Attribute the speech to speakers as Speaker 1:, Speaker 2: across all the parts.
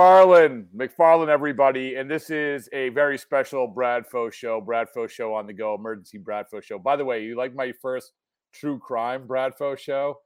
Speaker 1: McFarland, McFarland, everybody. And this is a very special Brad Faux show, Brad Faux show on the go, emergency Brad Faux show. By the way, you like my first true crime Brad Faux show?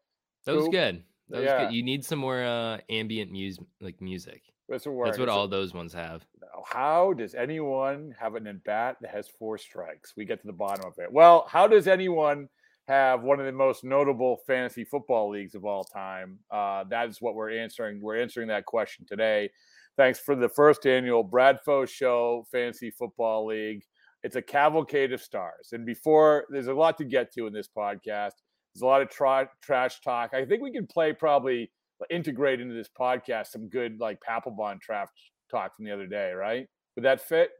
Speaker 2: That was
Speaker 1: Cool.
Speaker 2: good. That was
Speaker 1: Yeah.
Speaker 2: good. You need some more uh, ambient music, like music.
Speaker 1: That's what, we're-
Speaker 2: That's what
Speaker 1: it's a-
Speaker 2: all those ones have.
Speaker 1: How does anyone have an at bat that has four strikes? We get to the bottom of it. Well, how does anyone have one of the most notable fantasy football leagues of all time? Uh, that is what we're answering. We're answering that question today. Thanks for the first annual Brad Bradfo Show Fantasy Football League. It's a cavalcade of stars. And before, there's a lot to get to in this podcast. There's a lot of tra- trash talk. I think we can play probably integrate into this podcast some good like Papelbon trash talk from the other day, right? Would that fit?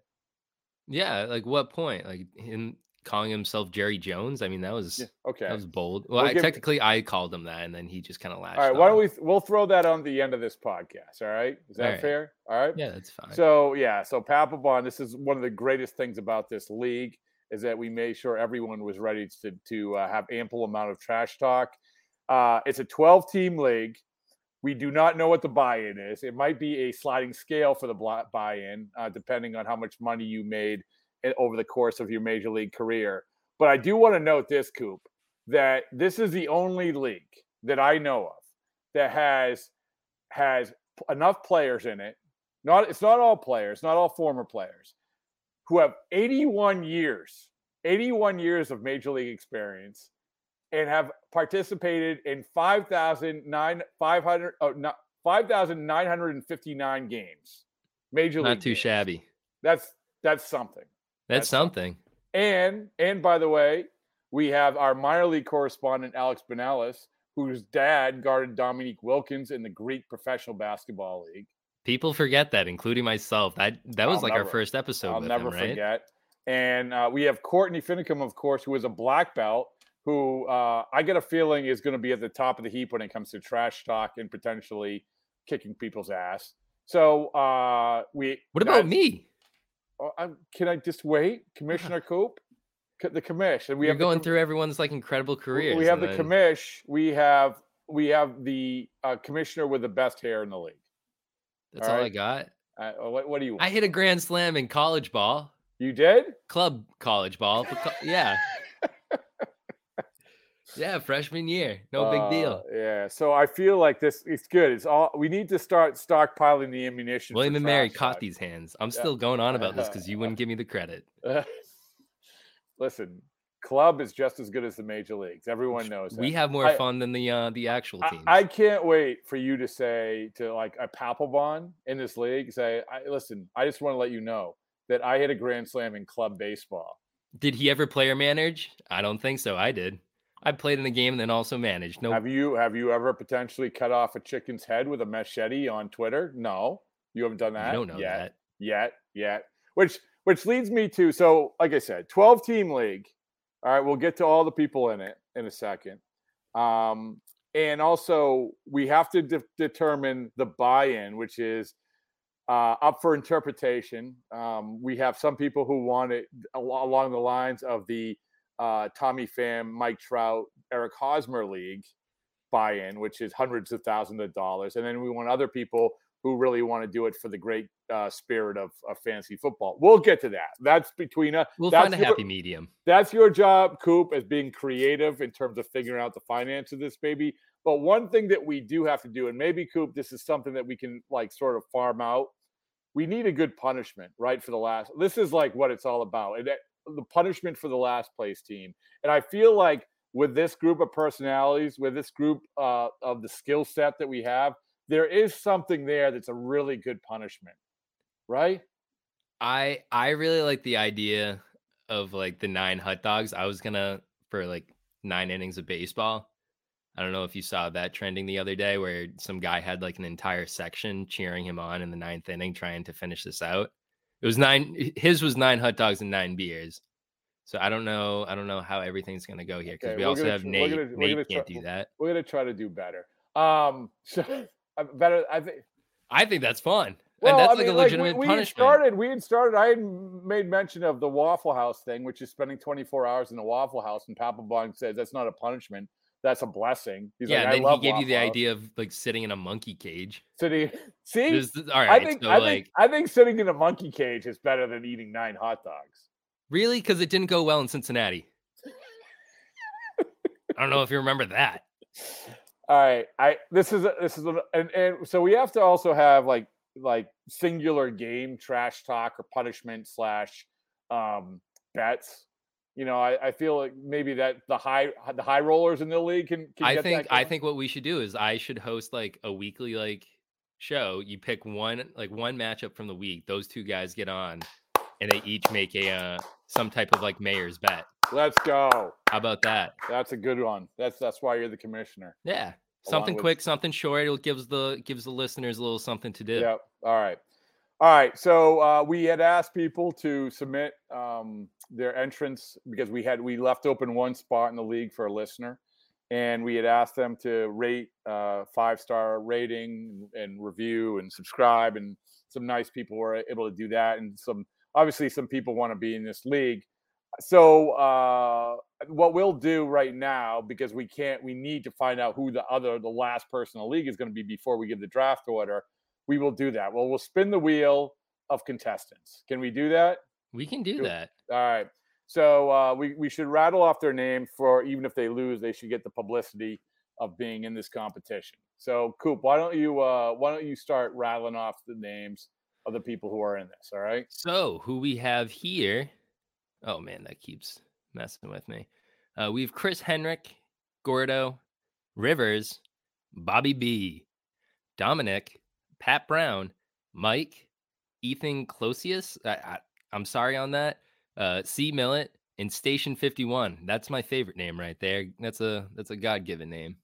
Speaker 2: Yeah, like what point? Like him calling himself Jerry Jones? I mean, that was
Speaker 1: Okay.
Speaker 2: that was bold. Well,
Speaker 1: We'll
Speaker 2: I,
Speaker 1: give-
Speaker 2: technically, I called him that, and then he just kind of latched.
Speaker 1: all right. Why don't
Speaker 2: on.
Speaker 1: we? We'll throw that on the end of this podcast. All right. Is that
Speaker 2: All right.
Speaker 1: fair? All right.
Speaker 2: Yeah, that's fine.
Speaker 1: So yeah, so Papelbon, this is one of the greatest things about this league is that we made sure everyone was ready to to uh, have ample amount of trash talk. Uh, it's a 12 team league. We do not know what the buy-in is. It might be a sliding scale for the blo- buy-in, uh, depending on how much money you made i- over the course of your major league career. But I do want to note this, Coop, that this is the only league that I know of that has has p- enough players in it not it's not all players, not all former players, who have 81 years, 81 years of major league experience, and have participated in 5,009 500 oh, no, 5,959 games, major league.
Speaker 2: Not too
Speaker 1: games.
Speaker 2: shabby.
Speaker 1: That's that's something. That's
Speaker 2: That's, something.
Speaker 1: And and by the way, we have our minor league correspondent Alex Benalis, whose dad guarded Dominique Wilkins in the Greek Professional Basketball League.
Speaker 2: People forget that, including myself. That that
Speaker 1: I'll
Speaker 2: was like
Speaker 1: never-
Speaker 2: our first episode.
Speaker 1: I'll
Speaker 2: with
Speaker 1: never
Speaker 2: him, right?
Speaker 1: forget. And uh, we have Courtney Finicum, of course, who is a black belt, who uh, I get a feeling is going to be at the top of the heap when it comes to trash talk and potentially kicking people's ass. So uh, we.
Speaker 2: What about
Speaker 1: that's-
Speaker 2: me?
Speaker 1: oh, I'm, can I just wait, Commissioner Coop? C- The commish, and we
Speaker 2: We are
Speaker 1: have the
Speaker 2: going
Speaker 1: com-
Speaker 2: through everyone's like incredible
Speaker 1: w-
Speaker 2: careers.
Speaker 1: We have
Speaker 2: and
Speaker 1: the
Speaker 2: then-
Speaker 1: commish. We have we have the uh, commissioner with the best hair in the league.
Speaker 2: That's
Speaker 1: all
Speaker 2: all I
Speaker 1: right.
Speaker 2: got.
Speaker 1: Uh, what, what do you? Want?
Speaker 2: I hit a grand slam in college ball,
Speaker 1: you did?
Speaker 2: club college ball. but co- yeah. Yeah, freshman year. No big deal.
Speaker 1: Uh, Yeah. So I feel like this it's good. It's all we need to start stockpiling the ammunition. for
Speaker 2: William and Mary
Speaker 1: trash
Speaker 2: caught
Speaker 1: talk.
Speaker 2: these hands. I'm still going on about this because you wouldn't give me the credit.
Speaker 1: Listen, club is just as good as the major leagues. Everyone knows that.
Speaker 2: We have more
Speaker 1: I-
Speaker 2: fun than the uh, the actual
Speaker 1: I-
Speaker 2: teams.
Speaker 1: I, can't wait for you to say to like a Papelbon in this league, say, I, listen, I just want to let you know that I hit a grand slam in club baseball.
Speaker 2: did he ever player manage? I don't think so. I did. I played in the game and then also managed. No,
Speaker 1: Have you have you ever potentially cut off a chicken's head with a machete on Twitter? No. You haven't done that.
Speaker 2: you don't know
Speaker 1: yet.
Speaker 2: that.
Speaker 1: yet yet which which leads me to so like i said 12 team league all right we'll get to all the people in it in a second um and also we have to de- determine the buy-in which is uh, up for interpretation um, we have some people who want it al- along the lines of the uh, tommy pham mike trout eric hosmer league buy-in which is hundreds of thousands of dollars and then we want other people who really want to do it for the great uh, spirit of, of fantasy football. We'll get to that. That's between uh, us.
Speaker 2: We'll
Speaker 1: That's
Speaker 2: find a
Speaker 1: your-
Speaker 2: happy medium.
Speaker 1: That's your job, Coop, as being creative in terms of figuring out the finance of this baby. But one thing that we do have to do, and maybe Coop, this is something that we can like sort of farm out. We need a good punishment, right? For the last, this is like what it's all about, and that, the punishment for the last place team. And I feel like with this group of personalities, with this group uh, of the skill set that we have, there is something there that's a really good punishment, right?
Speaker 2: I I really like the idea of like the nine hot dogs. I was gonna for like nine innings of baseball. I don't know if you saw that trending the other day where some guy had like an entire section cheering him on in the ninth inning trying to finish this out. It was nine h- his was nine hot dogs and nine beers. So I don't know. I don't know how everything's gonna go here because
Speaker 1: Okay,
Speaker 2: we
Speaker 1: we're
Speaker 2: also
Speaker 1: gonna
Speaker 2: have
Speaker 1: tr- we're
Speaker 2: Nate.
Speaker 1: gonna- we're
Speaker 2: Nate
Speaker 1: gonna try-
Speaker 2: can't do that.
Speaker 1: We're gonna try to do better. Um, so uh, better, I think.
Speaker 2: I think that's fun.
Speaker 1: Well,
Speaker 2: and that's
Speaker 1: I mean,
Speaker 2: like a
Speaker 1: like,
Speaker 2: legitimate
Speaker 1: we, we had
Speaker 2: punishment.
Speaker 1: started. We had started. I had m- made mention of the Waffle House thing, which is spending 24 hours in the Waffle House, and Papa Bong says that's not a punishment. that's a blessing. He's
Speaker 2: yeah,
Speaker 1: like,
Speaker 2: and
Speaker 1: I
Speaker 2: then he
Speaker 1: love
Speaker 2: gave you the
Speaker 1: Wawa."
Speaker 2: idea of like sitting in a monkey cage.
Speaker 1: Sitting, see,
Speaker 2: There's th- all
Speaker 1: I
Speaker 2: right,
Speaker 1: think
Speaker 2: so
Speaker 1: I
Speaker 2: like
Speaker 1: think I think sitting in a monkey cage is better than eating nine hot dogs.
Speaker 2: really because it didn't go well in Cincinnati. I don't know if you remember that.
Speaker 1: All right, I this is a- this is a, and and so we have to also have like like singular game trash talk or punishment slash um bets. You know, I, I feel like maybe that the high the high rollers in the league can. can
Speaker 2: I
Speaker 1: get that
Speaker 2: think I
Speaker 1: going.
Speaker 2: think what we should do is I should host like a weekly like show. You pick one like one matchup from the week. Those two guys get on, and they each make a uh, some type of like mayor's bet.
Speaker 1: Let's go.
Speaker 2: How about that?
Speaker 1: That's a good one. That's that's why you're the commissioner.
Speaker 2: Yeah,
Speaker 1: Along
Speaker 2: something
Speaker 1: with-
Speaker 2: quick, something short. It gives the gives the listeners a little something to do.
Speaker 1: Yep. All right. All right. So uh, we had asked people to submit um, their entrance because we had we left open one spot in the league for a listener, and we had asked them to rate uh, five star rating and review and subscribe, and some nice people were able to do that, and some obviously some people want to be in this league. So uh, what we'll do right now because we can't we need to find out who the other the last person in the league is going to be before we give the draft order we will do that. Well, we'll spin the wheel of contestants. Can we do that?
Speaker 2: We can do
Speaker 1: Sure.
Speaker 2: that.
Speaker 1: All right. So uh, we we should rattle off their name for even if they lose, they should get the publicity of being in this competition. So Coop, why don't you uh, why don't you start rattling off the names of the people who are in this? All right.
Speaker 2: So, who we have here? Oh man, that keeps messing with me. Uh, we have Chris Henrik, Gordo, Rivers, Bobby B, Dominic, Pat Brown, Mike, Ethan Closius. I, I, I'm sorry on that. Uh, C Millet and Station 51. That's my favorite name right there. That's a that's a God given name.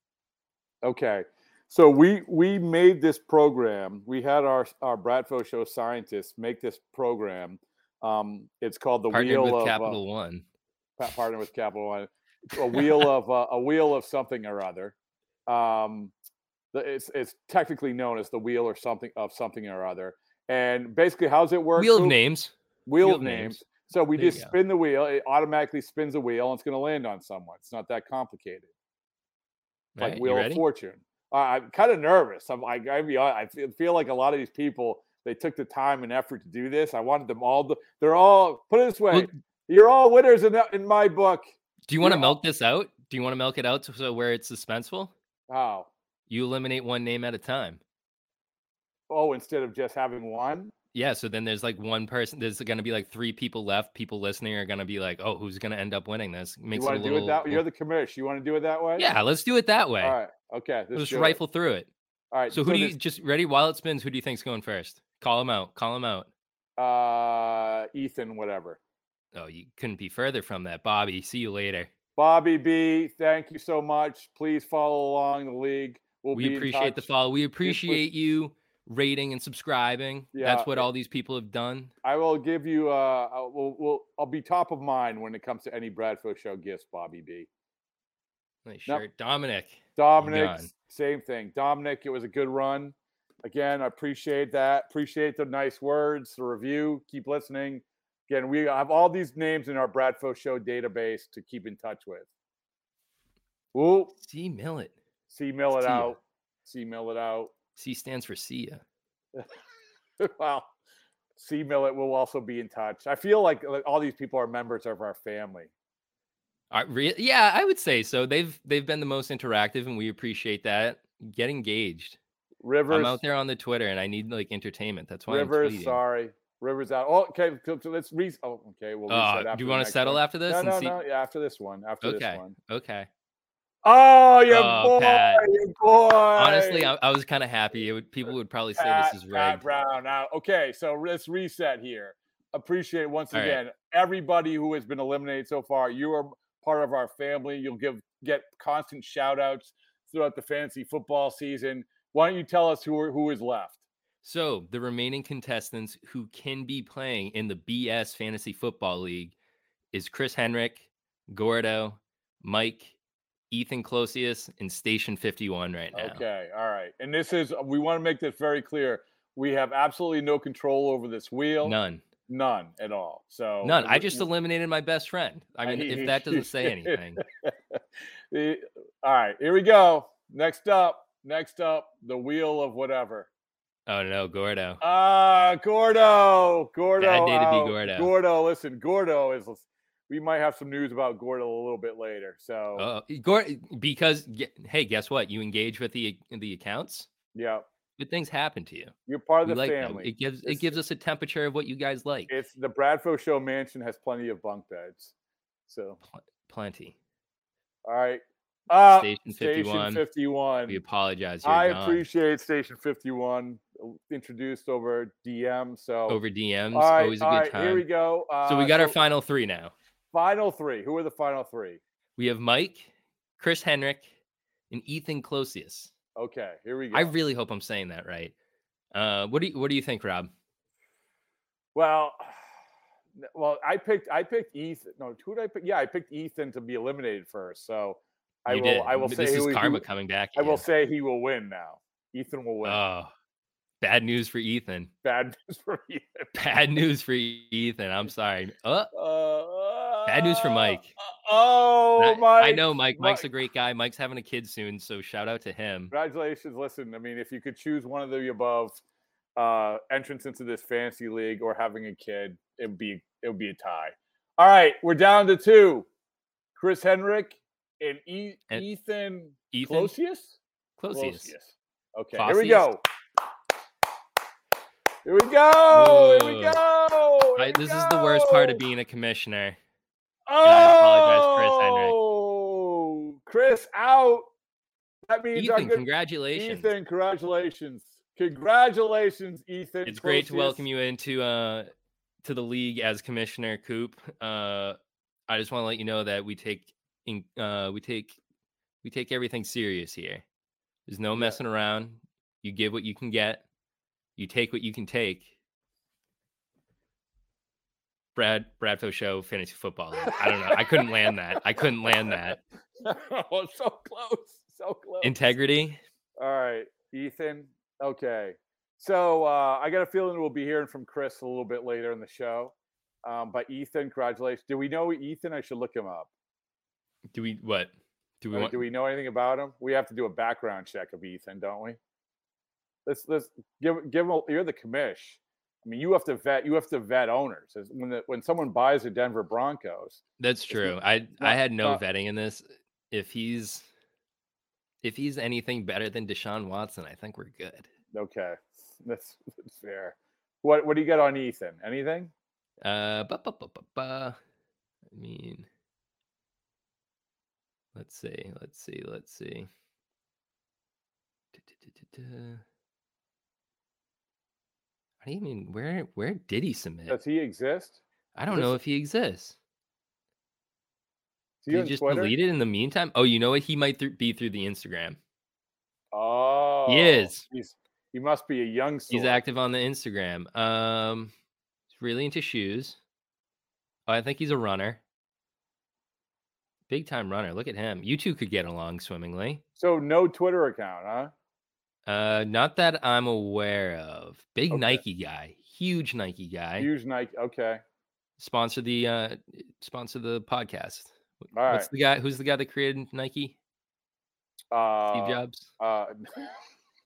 Speaker 1: Okay. So we we made this program. We had our our Bradfo show scientists make this program. Um, it's called the
Speaker 2: Partnered
Speaker 1: wheel
Speaker 2: with
Speaker 1: of uh,
Speaker 2: Capital One.
Speaker 1: pa- partner with Capital One, a wheel of uh, a wheel of something or other. Um, the- it's it's technically known as the wheel or something of something or other. And basically, how's it work?
Speaker 2: Wheel of
Speaker 1: Coop?
Speaker 2: names.
Speaker 1: Wheel,
Speaker 2: Wheel
Speaker 1: of
Speaker 2: of
Speaker 1: names.
Speaker 2: names.
Speaker 1: So we
Speaker 2: There you
Speaker 1: just
Speaker 2: go.
Speaker 1: spin the wheel. It automatically spins a wheel, and it's going to land on someone. It's not that complicated. It's
Speaker 2: Right,
Speaker 1: like
Speaker 2: you
Speaker 1: Wheel of
Speaker 2: ready?
Speaker 1: Fortune. Uh, I'm kind of nervous. I'm like, I be honest, I feel, feel like a lot of these people they took the time and effort to do this. I wanted them all. To, they're all put it this way.
Speaker 2: Well-
Speaker 1: you're all winners in, the- in my book.
Speaker 2: Do you want to
Speaker 1: Yeah.
Speaker 2: milk this out? Do you want to milk it out to so where it's suspenseful?
Speaker 1: Wow.
Speaker 2: You eliminate one name at a time.
Speaker 1: Oh, instead of just having one?
Speaker 2: Yeah, so then there's like one person. There's going to be like three people left. People listening are going to be like, "Oh, who's going to end up winning this?"
Speaker 1: You
Speaker 2: Makes it a
Speaker 1: want to do
Speaker 2: little.
Speaker 1: it that way? You're
Speaker 2: little-
Speaker 1: the commissioner. You want to do it that way?
Speaker 2: yeah, let's do it that way.
Speaker 1: All right. Okay. Let's
Speaker 2: let's
Speaker 1: do it.
Speaker 2: rifle through it.
Speaker 1: All right.
Speaker 2: So who do you
Speaker 1: this-
Speaker 2: just ready while it spins? Who do you think's going first? Call him out. Call him out.
Speaker 1: uh, Ethan, whatever.
Speaker 2: Oh, you couldn't be further from that, Bobby. See you later.
Speaker 1: Bobby B, thank you so much. Please follow along the league. We'll be
Speaker 2: we
Speaker 1: in
Speaker 2: appreciate the
Speaker 1: touch.
Speaker 2: follow. We appreciate you rating and subscribing.
Speaker 1: Yeah,
Speaker 2: That's what all these people have done.
Speaker 1: I will give you. Uh, I will we'll, I'll be top of mind when it comes to any Bradford Show gifts, Bobby B.
Speaker 2: Nice
Speaker 1: Nope.
Speaker 2: shirt, Dominic.
Speaker 1: Dominic,
Speaker 2: Jan.
Speaker 1: s- same thing. Dominic, it was a good run. Again, I appreciate that. Appreciate the nice words, the review. Keep listening. Again, we have all these names in our Bradfo Show database to keep in touch with. Ooh,
Speaker 2: C Millet.
Speaker 1: C Mill it
Speaker 2: See ya.
Speaker 1: out. C Mill it out.
Speaker 2: C stands for see ya.
Speaker 1: wow. C Millet will also be in touch. I feel like like, all these people are members of our family.
Speaker 2: I re- yeah, I would say so. They've they've been the most interactive, and we appreciate that. Get engaged.
Speaker 1: Rivers,
Speaker 2: I'm out there on the Twitter, and I need like entertainment. That's why I'm
Speaker 1: Rivers,
Speaker 2: tweeting.
Speaker 1: sorry. Rivers out. Oh, okay. so- so Let's re. Oh, okay. We'll reset after
Speaker 2: Oh, do
Speaker 1: the
Speaker 2: you want
Speaker 1: next
Speaker 2: to settle
Speaker 1: one.
Speaker 2: after this
Speaker 1: No,
Speaker 2: and
Speaker 1: no,
Speaker 2: see?
Speaker 1: no. Yeah, after this one. After this
Speaker 2: Okay.
Speaker 1: one.
Speaker 2: Okay.
Speaker 1: Oh, your
Speaker 2: Oh,
Speaker 1: boy,
Speaker 2: Pat.
Speaker 1: your boy.
Speaker 2: Honestly, I, I was kind of happy. It would, people would probably say
Speaker 1: Pat,
Speaker 2: this is
Speaker 1: Pat
Speaker 2: rigged.
Speaker 1: Brown. Now, okay, so let's reset here. Appreciate once
Speaker 2: All right.
Speaker 1: again everybody who has been eliminated so far. You are part of our family. You'll give get constant shout outs throughout the fantasy football season. Why don't you tell us who are, who is left?
Speaker 2: So the remaining contestants who can be playing in the BS Fantasy Football League is Chris Henrik, Gordo, Mike, Ethan Closius, and Station 51 right now.
Speaker 1: Okay, all right. And this is we want to make this very clear. We have absolutely no control over this wheel.
Speaker 2: None.
Speaker 1: None at all. So
Speaker 2: None. I just eliminated my best friend. I mean,
Speaker 1: he-
Speaker 2: if that doesn't say anything,
Speaker 1: The- Eh, all right, here we go. Next up, next up, the wheel of whatever.
Speaker 2: oh no, Gordo.
Speaker 1: Ah, Gordo, Gordo,
Speaker 2: Bad day to be
Speaker 1: out.
Speaker 2: Gordo.
Speaker 1: Gordo, listen, Gordo is. We might have some news about Gordo a little bit later. So
Speaker 2: Oh, Gordo, because ge- hey, guess what? You engage with the the accounts.
Speaker 1: yeah,
Speaker 2: Good things happen to you.
Speaker 1: you're part of
Speaker 2: We
Speaker 1: the
Speaker 2: like them.
Speaker 1: family.
Speaker 2: It gives it
Speaker 1: It's-
Speaker 2: gives us a temperature of what you guys like.
Speaker 1: It's the Bradford Show mansion has plenty of bunk beds. So
Speaker 2: Plenty.
Speaker 1: all right, uh,
Speaker 2: Station
Speaker 1: Station
Speaker 2: 51.
Speaker 1: 51.
Speaker 2: We apologize. You're
Speaker 1: I
Speaker 2: gone.
Speaker 1: appreciate Station 51 uh, introduced over DM. So
Speaker 2: over DMs.
Speaker 1: all right,
Speaker 2: always a
Speaker 1: all
Speaker 2: good
Speaker 1: right,
Speaker 2: time.
Speaker 1: here we go. Uh,
Speaker 2: So we got our final three now.
Speaker 1: final three. Who are the final three?
Speaker 2: We have Mike, Chris Henrik, and Ethan Closius.
Speaker 1: Okay, here we go.
Speaker 2: I really hope I'm saying that right. Uh, what do you, what do you think, Rob?
Speaker 1: Well, n- well, I picked I picked Ethan. No, who did I pick? Yeah, I picked Ethan to be eliminated first. So I
Speaker 2: You
Speaker 1: will
Speaker 2: did.
Speaker 1: I will
Speaker 2: This
Speaker 1: say
Speaker 2: is
Speaker 1: who he-
Speaker 2: karma coming back.
Speaker 1: I will
Speaker 2: again.
Speaker 1: say he will win now. Ethan will win.
Speaker 2: Oh, bad news for Ethan.
Speaker 1: Bad news for Ethan.
Speaker 2: Bad news for Ethan. I'm sorry. Oh,
Speaker 1: Uh,
Speaker 2: bad news for Mike.
Speaker 1: Oh
Speaker 2: I-
Speaker 1: my!
Speaker 2: I know Mike. Mike's a
Speaker 1: Mike. great.
Speaker 2: great guy. Mike's having a kid soon, so shout out to him.
Speaker 1: Congratulations. Listen, I mean, if you could choose one of the above, uh, entrance into this fantasy league or having a kid, it would be it would be a tie. All right, we're down to two. Chris Henrik and, e-
Speaker 2: And-
Speaker 1: Ethan
Speaker 2: Ethan
Speaker 1: Closius?
Speaker 2: Closius.
Speaker 1: Okay, here we
Speaker 2: Closius?
Speaker 1: go. Here we go. Here we
Speaker 2: Whoa.
Speaker 1: go. here
Speaker 2: I,
Speaker 1: we
Speaker 2: this is the worst part of
Speaker 1: go.
Speaker 2: being a commissioner.
Speaker 1: Oh,
Speaker 2: I apologize, Chris Henrik.
Speaker 1: Chris out. That means our
Speaker 2: Ethan,
Speaker 1: good
Speaker 2: congratulations.
Speaker 1: Ethan, congratulations. Congratulations, Ethan.
Speaker 2: it's great to
Speaker 1: Closius.
Speaker 2: welcome you into uh to the league as commissioner coop uh i just want to let you know that we take in uh we take we take everything serious here there's no messing around you give what you can get you take what you can take brad bradfo show fantasy football League. i don't know i couldn't land that i couldn't land that
Speaker 1: oh, so close. So close.
Speaker 2: integrity
Speaker 1: All right, Ethan. Okay. So uh, I got a feeling we'll be hearing from Chris a little bit later in the show. Um, but Ethan, congratulations. Do we know Ethan? I should look him up.
Speaker 2: do we what do we
Speaker 1: Like,
Speaker 2: want
Speaker 1: do we know anything about him? We have to do a background check of Ethan, don't we? Let's let's give give him. A, you're the commish. I mean, you have to vet. You have to vet owners. As- When the, when someone buys the Denver Broncos,
Speaker 2: That's
Speaker 1: not-
Speaker 2: true. I I
Speaker 1: not-
Speaker 2: had no
Speaker 1: not-
Speaker 2: vetting in this. If he's if he's anything better than Deshaun Watson, I think we're good.
Speaker 1: okay, that's, that's fair. What what do you got on Ethan? Anything?
Speaker 2: Uh, ba, ba, ba, ba, ba. I mean, let's see, let's see, let's see. Du-du-du-du-du. I didn't even where where did he submit?
Speaker 1: Does he exist?
Speaker 2: I don't know
Speaker 1: this-
Speaker 2: if he exists.
Speaker 1: Is
Speaker 2: Did he
Speaker 1: on
Speaker 2: just
Speaker 1: Twitter?
Speaker 2: delete it in the meantime? Oh, you know what? He might thr- be through the Instagram.
Speaker 1: Oh,
Speaker 2: is.
Speaker 1: He's, he must be a young.
Speaker 2: He's active on the Instagram. Um, he's really into shoes. Oh, I think he's a runner. Big time runner. Look at him. You two could get along swimmingly.
Speaker 1: So no Twitter account, huh?
Speaker 2: Uh, not that I'm aware of. Big
Speaker 1: Okay.
Speaker 2: Nike guy. Huge Nike guy.
Speaker 1: Use Nike. Okay,
Speaker 2: Sponsor the uh, sponsor the podcast.
Speaker 1: all right.
Speaker 2: What's the guy? Who's the guy that created Nike? Steve
Speaker 1: Uh,
Speaker 2: Jobs.
Speaker 1: Uh,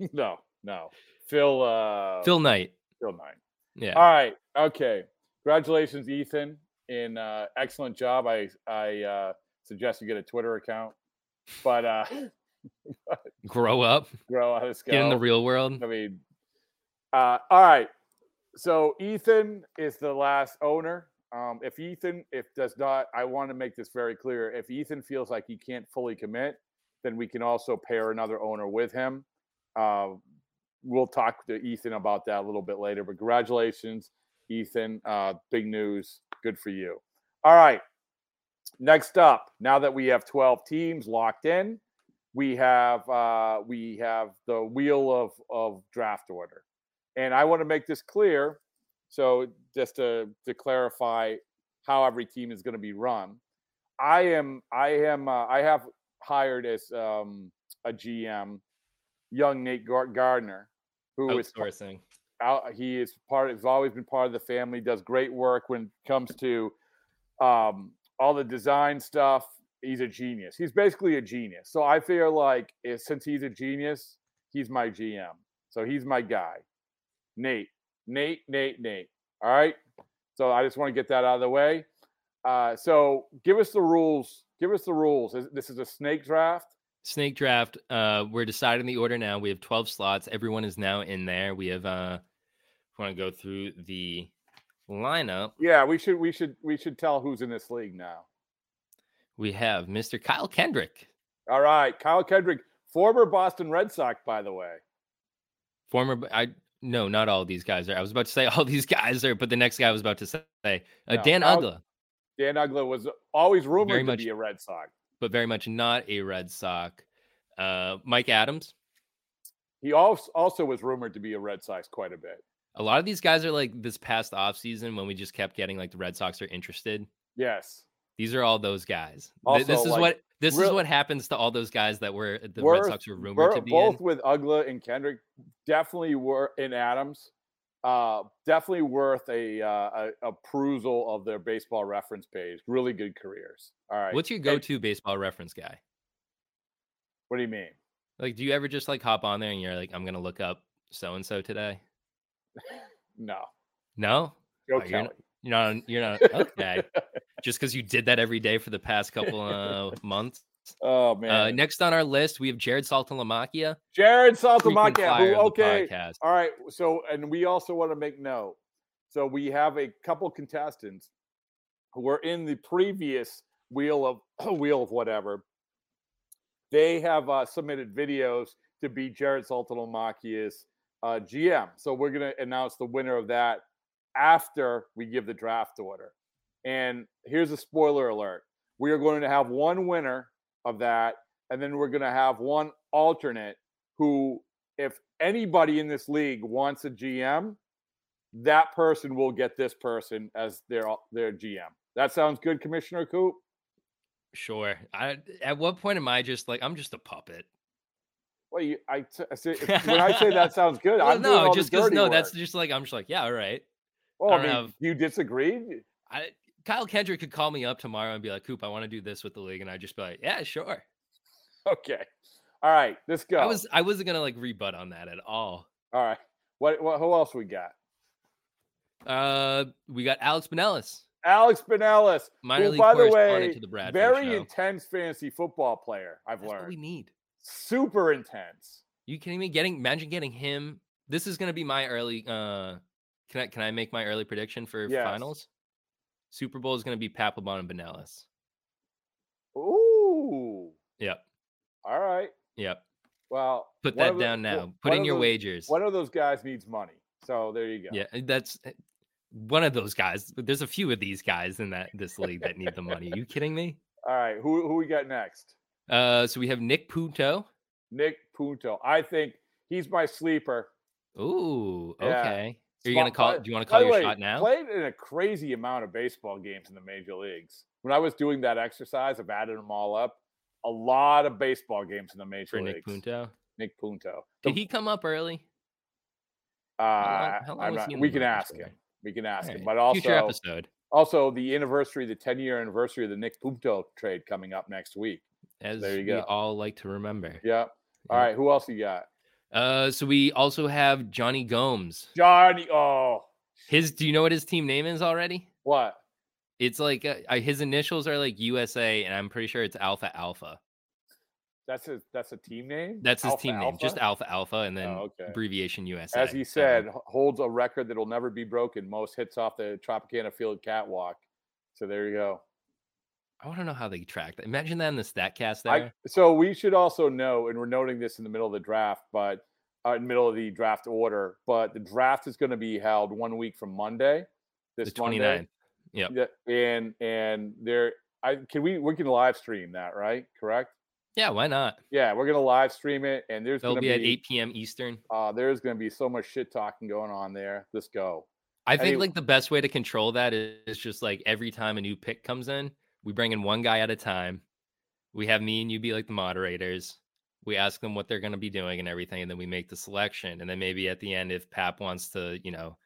Speaker 1: no, no. Phil. Uh,
Speaker 2: Phil Knight.
Speaker 1: Phil Knight.
Speaker 2: Yeah.
Speaker 1: All right. Okay. Congratulations, Ethan. In uh, excellent job. I I uh, suggest you get a Twitter account, but uh,
Speaker 2: Grow up.
Speaker 1: grow out of this
Speaker 2: Get in the real world.
Speaker 1: I mean, uh, all right. So Ethan is the last owner. Um, if Ethan, if does not, I want to make this very clear. If Ethan feels like he can't fully commit, then we can also pair another owner with him. Uh, we'll talk to Ethan about that a little bit later. But congratulations, Ethan. Uh, big news. Good for you. All right. Next up, now that we have 12 teams locked in, we have uh, we have the wheel of of draft order, and I want to make this clear. So just to to clarify how every team is going to be run, I am I am uh, I have hired as um, a GM, young Nate Gar- Gardner, who is
Speaker 2: Oh, Outsourcing.
Speaker 1: out, he is part. Has always been part of the family. Does great work when it comes to um, all the design stuff. He's a genius. He's basically a genius. So I feel like if, since he's a genius, he's my GM. So he's my guy. Nate, Nate, Nate, Nate. All right. So I just want to get that out of the way. Uh, so give us the rules. Give us the rules. Is- This is a snake draft.
Speaker 2: Snake draft. Uh, we're deciding the order now. We have 12 slots. Everyone is now in there. We have uh want to go through the lineup.
Speaker 1: Yeah, we should we should we should tell who's in this league now.
Speaker 2: We have Mr. Kyle Kendrick,
Speaker 1: All right, Kyle Kendrick, former Boston Red Sox, by the way.
Speaker 2: former b- I no, not all these guys are. I was about to say all these guys are, but the next guy I was about to say uh,
Speaker 1: No,
Speaker 2: Dan
Speaker 1: Kyle-
Speaker 2: Ugla,
Speaker 1: Dan Ugla was always rumored
Speaker 2: Very
Speaker 1: to
Speaker 2: much-
Speaker 1: be a Red Sox.
Speaker 2: but very much not a Red Sox. Uh, Mike Adams.
Speaker 1: He also also was rumored to be a Red Sox quite a bit.
Speaker 2: A lot of these guys are like this past offseason when we just kept getting like the Red Sox are interested.
Speaker 1: Yes,
Speaker 2: These are all those guys. Th-
Speaker 1: Also,
Speaker 2: this is
Speaker 1: like,
Speaker 2: what this is
Speaker 1: real-
Speaker 2: what happens to all those guys that were the
Speaker 1: Worth-
Speaker 2: Red Sox were rumored
Speaker 1: Bur-
Speaker 2: to be
Speaker 1: both
Speaker 2: in.
Speaker 1: with Ugla and Kendrick definitely were in Adams. Uh, definitely worth a, uh, a perusal of their baseball reference page. Really good careers. All right.
Speaker 2: What's your
Speaker 1: Hey,
Speaker 2: go-to baseball reference guy?
Speaker 1: What do you mean?
Speaker 2: Like, do you ever just like hop on there and you're like, I'm gonna look up so and so today?
Speaker 1: No.
Speaker 2: No,
Speaker 1: Joe
Speaker 2: Oh, you're
Speaker 1: Kelly.
Speaker 2: not- you're not. on- You're not okay. just because you did that every day for the past couple uh, months.
Speaker 1: Oh man.
Speaker 2: Uh, next on our list, we have Jared Saltalamacchia.
Speaker 1: Jared
Speaker 2: frequent
Speaker 1: Saltamacchia.
Speaker 2: flyer
Speaker 1: Who,
Speaker 2: of the
Speaker 1: okay.
Speaker 2: podcast.
Speaker 1: All right. So, and we also want to make note. So, we have a couple contestants who were in the previous wheel of wheel of whatever. They have uh, submitted videos to be Jared Saltalamacchia's uh, GM. So, we're going to announce the winner of that after we give the draft order. And here's a spoiler alert: we are going to have one winner of that, and then we're going to have one alternate who if anybody in this league wants a GM, that person will get this person as their uh, their GM. That sounds good, Commissioner Coop.
Speaker 2: Sure. I, at what point am I just like I'm just a puppet?
Speaker 1: Well, you, I, t- I say, if- when I say that sounds good,
Speaker 2: Well,
Speaker 1: I'm doing all
Speaker 2: no, just
Speaker 1: the dirty
Speaker 2: no,
Speaker 1: work.
Speaker 2: that's just like I'm just like yeah, all right.
Speaker 1: well,
Speaker 2: I
Speaker 1: I,
Speaker 2: don't
Speaker 1: mean,
Speaker 2: have-
Speaker 1: you disagreed.
Speaker 2: I, Kyle Kendrick could call me up tomorrow and be like, "Coop, I want to do this with the league," and I'd just be like, "Yeah, sure."
Speaker 1: Okay, all right, let's go.
Speaker 2: I was I wasn't gonna like rebut on that at all.
Speaker 1: all right. What, what? Who else we got?
Speaker 2: Uh, we got Alex Benellis,
Speaker 1: Alex Benellis,
Speaker 2: minor
Speaker 1: Who,
Speaker 2: league
Speaker 1: by the
Speaker 2: correspondent
Speaker 1: way,
Speaker 2: to the Bradford
Speaker 1: very
Speaker 2: Show.
Speaker 1: intense fantasy football player. I've
Speaker 2: That's what we
Speaker 1: learned
Speaker 2: need.
Speaker 1: super intense.
Speaker 2: You kidding me? Getting imagine getting him. This is gonna be my early. Uh, can I can I make my early prediction for
Speaker 1: Yes.
Speaker 2: finals? Super Bowl is gonna be Papelbon and Benellis.
Speaker 1: Ooh.
Speaker 2: Yep,
Speaker 1: All right.
Speaker 2: yep.
Speaker 1: Well,
Speaker 2: Put
Speaker 1: one
Speaker 2: that
Speaker 1: of the-
Speaker 2: down
Speaker 1: wh-
Speaker 2: now.
Speaker 1: one
Speaker 2: Put in
Speaker 1: of
Speaker 2: your
Speaker 1: those-
Speaker 2: wagers.
Speaker 1: One of those guys needs money, so there you go.
Speaker 2: Yeah, that's eh, one of those guys. There's a few of these guys in that this league that need the money. you kidding me?
Speaker 1: All right, who who we got next?
Speaker 2: Uh, so we have Nick Punto.
Speaker 1: Nick Punto. I think he's my sleeper.
Speaker 2: Ooh,
Speaker 1: Yeah.
Speaker 2: okay. Are you
Speaker 1: Small-
Speaker 2: gonna call?
Speaker 1: by-
Speaker 2: Do you want to
Speaker 1: By
Speaker 2: call
Speaker 1: the
Speaker 2: your
Speaker 1: way,
Speaker 2: shot now?
Speaker 1: played in a crazy amount of baseball games in the major leagues. When I was doing that exercise of adding them all up, a lot of baseball games in the major
Speaker 2: for
Speaker 1: leagues.
Speaker 2: Nick Punto.
Speaker 1: Nick Punto.
Speaker 2: Did
Speaker 1: The-
Speaker 2: he come up early?
Speaker 1: uh,
Speaker 2: How long- how long
Speaker 1: I'm
Speaker 2: was
Speaker 1: not-
Speaker 2: he in the
Speaker 1: we can
Speaker 2: minors
Speaker 1: ask
Speaker 2: for?
Speaker 1: him. We can ask him.
Speaker 2: Alright,
Speaker 1: But also,
Speaker 2: Future episode.
Speaker 1: also the anniversary, the 10 year anniversary of the Nick Punto trade coming up next week.
Speaker 2: As
Speaker 1: you
Speaker 2: we
Speaker 1: go.
Speaker 2: all like to remember.
Speaker 1: Yeah. All
Speaker 2: Yeah.
Speaker 1: right. Who else you got?
Speaker 2: Uh, so we also have Johnny Gomes.
Speaker 1: Johnny. Oh,
Speaker 2: His, do you know what his team name is already?
Speaker 1: what?
Speaker 2: It's like uh, uh, his initials are like USA, and I'm pretty sure it's Alpha Alpha.
Speaker 1: That's a that's a team name.
Speaker 2: That's his
Speaker 1: Alpha
Speaker 2: team name, just
Speaker 1: Alpha?
Speaker 2: Alpha Alpha, and then
Speaker 1: Oh, okay.
Speaker 2: abbreviation USA.
Speaker 1: As he
Speaker 2: So,
Speaker 1: said, h- holds a record that will never be broken. Most hits off the Tropicana Field catwalk. So there you go.
Speaker 2: I want to know how they track that. Imagine that in the Statcast there.
Speaker 1: I, so we should also know, and we're noting this in the middle of the draft, but uh, in the middle of the draft order. But the draft is going to be held one week from Monday.
Speaker 2: the
Speaker 1: This
Speaker 2: 29th.
Speaker 1: Monday.
Speaker 2: Yep.
Speaker 1: Yeah, and and there, I can we we can live stream that, right? Correct.
Speaker 2: Yeah, why not?
Speaker 1: Yeah, we're gonna live stream it, and there's
Speaker 2: They'll
Speaker 1: gonna
Speaker 2: be,
Speaker 1: be,
Speaker 2: at 8 p.m. Eastern.
Speaker 1: Uh, there's gonna be so much shit talking going on there. Let's go.
Speaker 2: I think
Speaker 1: Any-
Speaker 2: like the best way to control that is, is just like every time a new pick comes in, we bring in one guy at a time. We have me and you be like the moderators. We ask them what they're going to be doing and everything, and then we make the selection. And then maybe at the end, if Pap wants to, you know,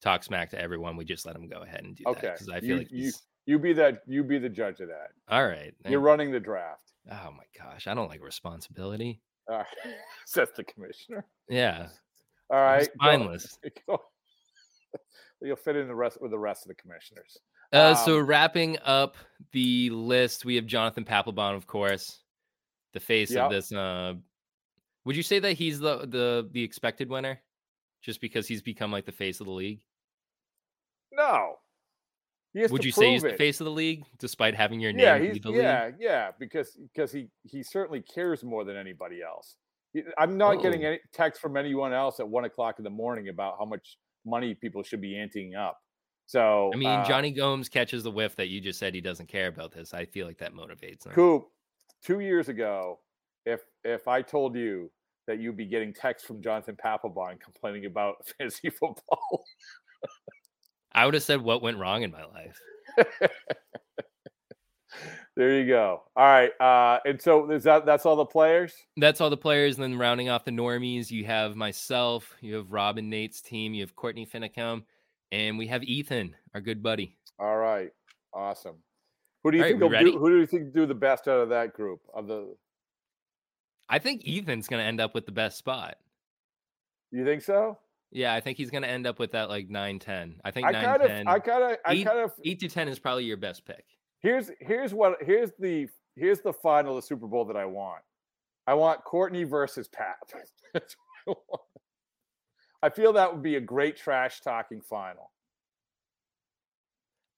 Speaker 2: talk smack to everyone, we just let him go ahead and do
Speaker 1: Okay.
Speaker 2: that. Because I feel
Speaker 1: you,
Speaker 2: like
Speaker 1: you
Speaker 2: he's-
Speaker 1: you be that you be the judge of that.
Speaker 2: all right.
Speaker 1: You're
Speaker 2: then-
Speaker 1: running the draft.
Speaker 2: Oh my gosh, I don't like responsibility.
Speaker 1: Uh, says the commissioner.
Speaker 2: Yeah,
Speaker 1: All
Speaker 2: I'm
Speaker 1: right.
Speaker 2: just
Speaker 1: go-
Speaker 2: mindless.
Speaker 1: go- You'll fit in the rest with the rest of the commissioners.
Speaker 2: Uh, so
Speaker 1: Um,
Speaker 2: wrapping up the list, we have Jonathan Papelbon, of course, the face
Speaker 1: Yep.
Speaker 2: of this. Uh, would you say that he's the the the expected winner, just because he's become like the face of the league?
Speaker 1: No. He has
Speaker 2: Would
Speaker 1: to
Speaker 2: you say he's
Speaker 1: prove
Speaker 2: the
Speaker 1: it.
Speaker 2: face of the league, despite having your name
Speaker 1: yeah,
Speaker 2: be
Speaker 1: he's,
Speaker 2: the league?
Speaker 1: yeah, yeah, because because he he certainly cares more than anybody else. He- I'm not getting
Speaker 2: Oh.
Speaker 1: any text from anyone else at one o'clock in the morning about how much money people should be anting up. So
Speaker 2: I mean,
Speaker 1: uh,
Speaker 2: Johnny Gomes catches the whiff that you just said he doesn't care about this. I feel like that motivates him.
Speaker 1: Coop, two years ago, if if I told you that you'd be getting texts from Jonathan Papelbon complaining about fantasy football,
Speaker 2: I would have said what went wrong in my life.
Speaker 1: there you go. All right, uh, and so is that that's all the players?
Speaker 2: That's all the players. And then rounding off the normies, you have myself, you have Rob and Nate's team, you have Courtney Finnecombe, and we have Ethan, our good buddy.
Speaker 1: All right, awesome. Who do you
Speaker 2: All right,
Speaker 1: think
Speaker 2: we
Speaker 1: will
Speaker 2: ready?
Speaker 1: do? Who do you think do the best out of that group of the?
Speaker 2: I think Ethan's going to end up with the best spot.
Speaker 1: You think so?
Speaker 2: Yeah, I think he's going to end up with that like 9 10. I think
Speaker 1: I
Speaker 2: 9
Speaker 1: kind of,
Speaker 2: 10.
Speaker 1: I kind of, I
Speaker 2: Eat-
Speaker 1: kind of.
Speaker 2: 8 to 10 is probably your best pick.
Speaker 1: Here's here's what here's the here's the final of the Super Bowl that I want. I want Courtney versus Pat. That's what I want. I feel that would be a great trash talking final.